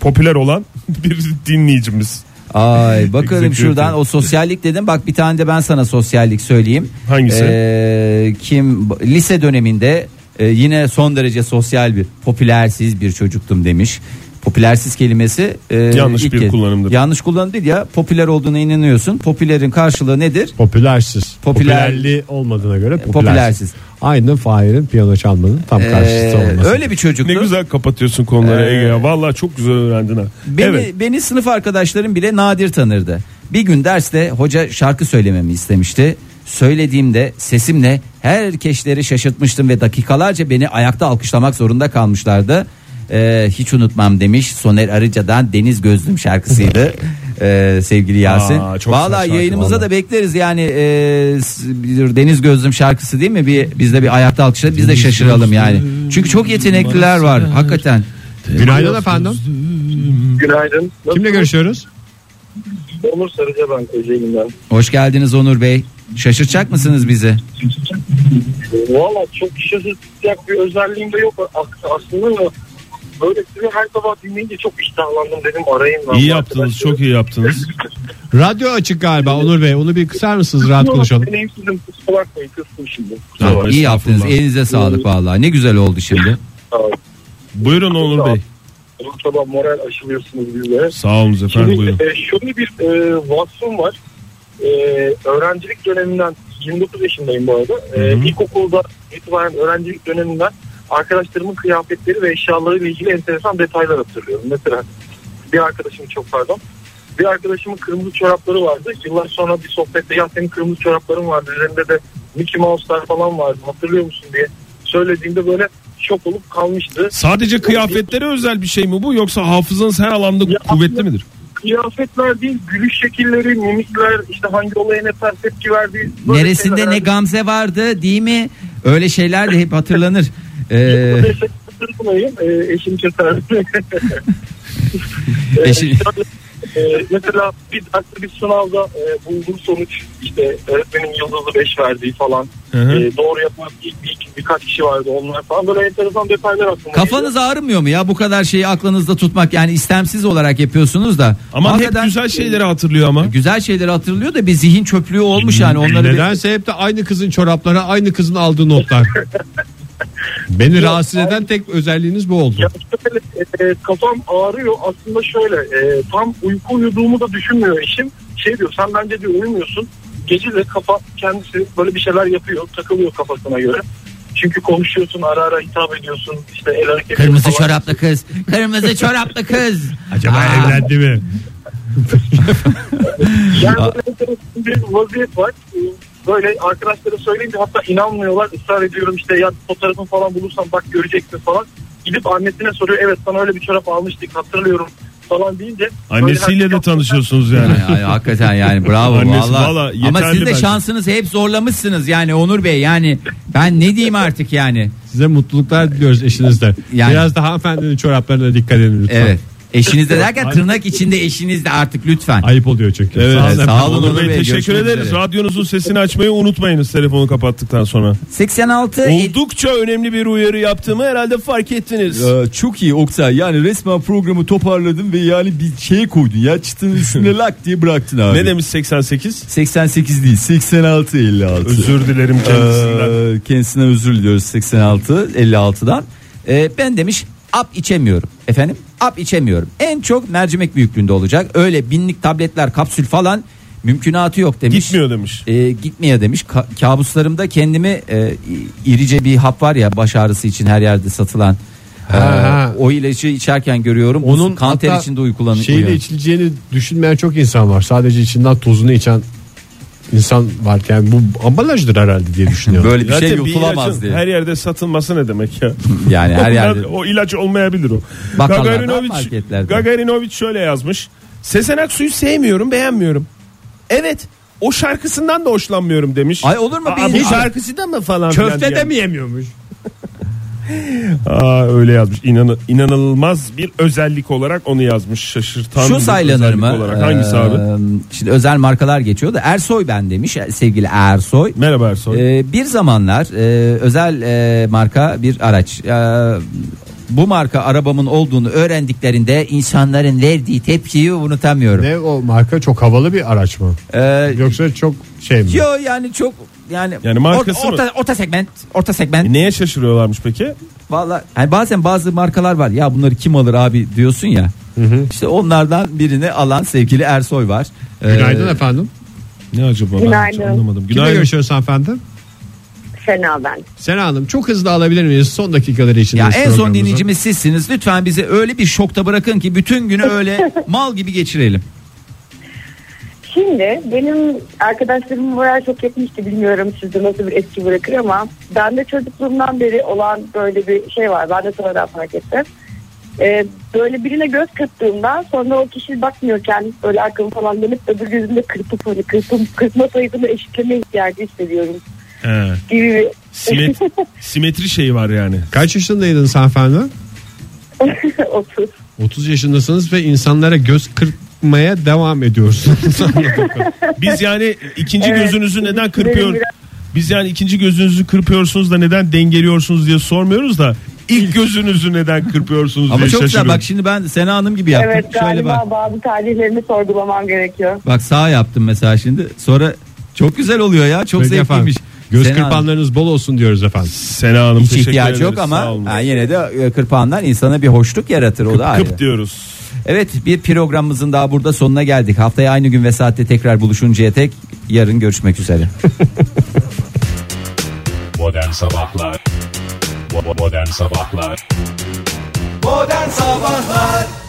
S3: popüler olan *laughs* bir dinleyicimiz.
S4: Ay
S3: *laughs*
S4: bakalım
S3: Executive.
S4: şuradan o sosyallik dedim. Bak bir tane de ben sana sosyallik söyleyeyim.
S3: Hangisi?
S4: Ee, kim lise döneminde e, yine son derece sosyal bir popülersiz bir çocuktum demiş. Popülersiz kelimesi e,
S3: Yanlış
S4: ilk
S3: bir
S4: kez-
S3: kullanımdır.
S4: Yanlış kullanım değil ya. Popüler olduğuna inanıyorsun. Popülerin karşılığı nedir?
S2: Popülersiz.
S4: Popüler-
S2: Popülerliği olmadığına göre popülersiz.
S4: Popülersiz.
S2: Aynı Fahir'in piyano çalmanın tam karşısı
S4: Ee,
S2: olması.
S4: öyle bir çocuktu.
S3: Ne güzel kapatıyorsun konuları Ege ya. Valla çok güzel öğrendin ha.
S4: Beni,
S3: evet.
S4: beni sınıf arkadaşlarım bile nadir tanırdı. Bir gün derste hoca şarkı söylememi istemişti. Söylediğimde sesimle herkesleri şaşırtmıştım ve dakikalarca beni ayakta alkışlamak zorunda kalmışlardı. Ee, hiç unutmam demiş Soner Arıca'dan Deniz Gözlüm şarkısıydı
S3: *laughs*
S4: Ee, sevgili Yasin.
S3: Aa, çok güzel
S4: Valla
S3: şarkı,
S4: yayınımıza
S3: vallahi.
S4: da bekleriz yani e, s- bir Deniz Gözlüm şarkısı değil mi? Bir, biz de bir ayakta alkışla biz de şaşıralım yani. Çünkü çok yetenekliler var hakikaten.
S2: Günaydın efendim.
S5: Günaydın.
S2: Kimle görüşüyoruz?
S5: Onur Sarıca ben Kocaeli'nden.
S4: Hoş geldiniz Onur Bey. Şaşırtacak mısınız bizi?
S5: Valla çok şaşırtacak bir özelliğim de yok a- aslında ama böyle sizi her sabah dinleyince çok iştahlandım dedim arayayım. ben.
S3: İyi
S5: Bu
S3: yaptınız
S5: arkadaşları-
S3: çok iyi yaptınız.
S2: Radyo açık galiba Onur Bey. Onu bir kısar mısınız rahat konuşalım.
S5: Benim sizin kusura bakmayın kıstım şimdi. Kusura
S3: Tamam,
S5: bakmayın.
S4: İyi yaptınız.
S3: estağfurullah.
S4: Elinize sağlık vallahi. Ne güzel oldu şimdi.
S3: Buyurun Onur Bey.
S5: Bu sabah moral aşılıyorsunuz bize.
S3: Sağ olun efendim buyurun.
S5: Şimdi e, şöyle bir e, vasfım var. E, öğrencilik döneminden 29 yaşındayım bu arada. E, İlkokulda itibaren öğrencilik döneminden arkadaşlarımın kıyafetleri ve eşyalarıyla ilgili enteresan detaylar hatırlıyorum. Mesela bir arkadaşım çok pardon. Bir arkadaşımın kırmızı çorapları vardı. Yıllar sonra bir sohbette ya senin kırmızı çorapların vardı. Üzerinde de Mickey Mouse'lar falan vardı. Hatırlıyor musun diye söylediğimde böyle şok olup kalmıştı.
S3: Sadece kıyafetlere özel bir şey mi bu yoksa hafızanız her alanda
S5: Ya
S3: kuvvetli
S5: aslında-
S3: midir?
S5: kıyafetler değil gülüş şekilleri mimikler işte hangi olaya ne ters tepki verdiği böyle
S4: Neresinde
S5: şeyler
S4: ne
S5: herhalde.
S4: Gamze vardı değil mi? Öyle şeyler de hep hatırlanır.
S3: *laughs*
S4: Ee,
S5: Sırtmayayım, e, eşim çeter. E,
S4: Eşi-
S5: e, mesela bir dakika bir sınavda e, bulduğum sonuç işte öğretmenin yıldızı 5 verdiği falan
S3: Hı hı.
S5: e, doğru yapan bir, bir, birkaç kişi vardı onlar falan böyle enteresan detaylar aklıma
S4: kafanız ağrımıyor mu ya bu kadar şeyi aklınızda tutmak yani istemsiz olarak yapıyorsunuz da.
S3: Ama hep
S4: Hakikaten-
S3: güzel şeyleri hatırlıyor ama.
S4: Güzel şeyleri hatırlıyor da bir zihin çöplüğü olmuş yani onları. bir-
S2: Nedense hep de aynı kızın çorapları aynı kızın aldığı notlar. Beni rahatsız eden tek özelliğiniz bu oldu.
S5: Ya işte böyle, e, e, kafam ağrıyor aslında şöyle e, tam uyku uyuduğumu da düşünmüyor eşim. Şey diyor sen bence diyor uyumuyorsun. Gece de kafa kendisi böyle bir şeyler yapıyor takılıyor kafasına göre. Çünkü konuşuyorsun ara ara hitap ediyorsun işte el hareketi
S4: Kırmızı
S5: falan.
S4: çoraplı kız. Kırmızı çoraplı
S3: *laughs*
S4: kız.
S2: Acaba
S4: Aa,
S2: evlendi mi?
S5: Yani böyle enteresan bir vaziyet var. E, Böyle arkadaşlara söyleyince hatta inanmıyorlar ısrar ediyorum işte ya fotoğrafını falan bulursan bak göreceksin falan. Gidip annesine soruyor evet sana öyle bir çorap almıştık hatırlıyorum falan deyince.
S3: *laughs* Annesiyle de
S5: tanışıyor.
S3: tanışıyorsunuz yani.
S4: Yani, hakikaten yani bravo
S3: Annesi
S4: valla.
S3: valla yeterli
S4: Ama siz de
S3: bence.
S4: şansınızı hep zorlamışsınız yani Onur Bey yani ben ne diyeyim artık yani.
S2: Size mutluluklar diliyoruz eşinizde.
S4: Yani-
S2: Biraz da hanımefendinin çoraplarına dikkat edin lütfen.
S4: Evet. Eşinizde derken tırnak içinde eşinizde artık lütfen.
S2: Ayıp oluyor çünkü.
S3: Evet.
S4: Sağ olun,
S3: Sağ olun
S4: Onur
S3: Onur Bey.
S4: Bey,
S3: Teşekkür
S4: görüşmek
S3: ederiz.
S4: üzere.
S3: Radyonuzun sesini açmayı unutmayınız telefonu kapattıktan sonra.
S4: 86
S3: Oldukça önemli bir uyarı yaptığımı herhalde fark ettiniz.
S7: Ee, çok iyi Oktay yani resmen programı toparladın ve yani bir şeye koydun ya çıtının
S4: *laughs*
S7: üstüne lak diye bıraktın abi.
S3: Ne demiş 88?
S7: 88 değil 86 56.
S3: Özür dilerim kendisinden.
S7: Ee, kendisinden özür diliyoruz 86 56'dan.
S4: Ee, ben demiş ap içemiyorum. Efendim ap içemiyorum. En çok mercimek büyüklüğünde olacak. Öyle binlik tabletler kapsül falan mümkünatı yok demiş.
S3: Gitmiyor demiş.
S4: E, gitmeye demiş. Ka- kabuslarımda kendimi e, i- irice bir hap var ya baş ağrısı için her yerde satılan. E,
S2: ha.
S4: o ilacı içerken görüyorum. Onun kanter
S2: hatta
S4: içinde uykulanıyor.
S2: Şeyle içileceğini düşünmeyen çok insan var. Sadece içinden tozunu içen insan var. Yani bu ambalajdır herhalde diye
S4: *laughs*
S2: düşünüyorum.
S4: Böyle bir şey
S3: bir
S4: yutulamaz
S3: ilacın
S4: diye.
S3: her yerde satılması ne demek ya?
S4: *laughs* Yani
S3: *laughs*
S4: her
S3: O kadar-
S4: yerde.
S3: O ilaç olmayabilir o.
S4: Bakkallarda,
S3: Gagarinovic,
S4: marketlerde.
S3: Gagarinovic şöyle yazmış. Sesenak suyu sevmiyorum beğenmiyorum. Evet o şarkısından da hoşlanmıyorum demiş.
S4: Ay olur mu
S3: Aa,
S4: bir
S3: bu
S4: insan-
S3: şarkısından mı falan
S2: Köfte
S3: filan
S2: de
S3: diye.
S2: mi yemiyormuş?
S3: *laughs* Aa, öyle yazmış. İnan, inanılmaz bir özellik olarak onu yazmış. Şaşırtan
S4: Şu
S3: bir
S4: saylanır
S3: özellik
S4: mı?
S3: Olarak. Hangisi
S4: Ee,
S3: abi?
S4: Şimdi özel markalar geçiyor da Ersoy ben demiş sevgili Ersoy.
S3: Merhaba Ersoy.
S4: Ee, bir zamanlar e, özel e, marka bir araç. Ee, bu marka arabamın olduğunu öğrendiklerinde insanların verdiği tepkiyi unutamıyorum.
S2: Ne o marka çok havalı bir araç mı?
S4: Ee,
S2: Yoksa çok şey mi?
S4: yo yani çok yani,
S3: Yani markası mı?
S4: orta, orta segment orta segment
S3: E, Neye şaşırıyorlarmış peki?
S4: Vallahi hani bazen bazı markalar var ya bunları kim alır abi diyorsun ya. İşte onlardan birini alan sevgili Ersoy var. Ee,
S2: Günaydın efendim.
S3: Ne acaba? Ben hiç
S6: Günaydın.
S3: anlamadım.
S2: Kimle
S3: Günaydın.
S2: görüşüyoruz efendim?
S6: Sena ben.
S2: Sena Hanım çok hızlı alabilir miyiz son dakikaları içinde?
S4: Ya en son dinleyicimiz sizsiniz. Lütfen bizi öyle bir şokta bırakın ki bütün günü
S6: *laughs*
S4: öyle mal gibi geçirelim.
S6: Şimdi benim arkadaşlarım moral çok etmişti bilmiyorum sizde nasıl bir etki bırakır ama bende çocukluğumdan beri olan böyle bir şey var. Ben de sonradan fark ettim. Ee, böyle birine göz kırptığımda sonra o kişi bakmıyorken böyle arkamı falan dönüp öbür gözümde kırpıp hani kırpım, kırpma sayısını eşitleme ihtiyacı hissediyorum
S3: He.
S6: gibi bir *laughs*
S3: Simet- simetri şeyi var yani.
S2: Kaç yaşındaydınız hanımefendi?
S6: *laughs* 30.
S2: 30 yaşındasınız ve insanlara göz kırpmaya devam ediyorsunuz.
S3: Biz yani ikinci
S6: Evet.
S3: gözünüzü neden
S6: Benim
S3: kırpıyor?
S6: biraz-
S3: Biz yani ikinci gözünüzü kırpıyorsunuz da neden dengeliyorsunuz diye sormuyoruz da İlk gözünüzü neden kırpıyorsunuz
S4: Ama
S3: diye
S4: çok güzel
S3: şaşırıyorum.
S4: bak şimdi ben Sena Hanım gibi yaptım.
S6: Evet
S4: Şöyle bak.
S6: galiba bazı tercihlerimi sorgulamam gerekiyor.
S4: Bak sağ yaptım mesela şimdi. Sonra çok güzel oluyor ya. Çok
S2: Peki
S4: zevkliymiş.
S2: efendim. Göz
S4: Sena Hanım.
S2: kırpanlarınız bol olsun diyoruz efendim.
S3: Sena Hanım
S4: Hiç
S3: teşekkür
S4: ihtiyacı
S3: ederiz.
S4: yok
S3: Sağ
S4: ama
S3: olun.
S4: ha, yine de e, kırpanlar insana bir hoşluk yaratır o da ayrı.
S3: Kıp diyoruz.
S4: Evet bir programımızın daha burada sonuna geldik. Haftaya aynı gün ve saatte tekrar buluşuncaya tek yarın görüşmek üzere.
S8: Modern Sabahlar Bo- Modern Sabahlar
S1: Modern Sabahlar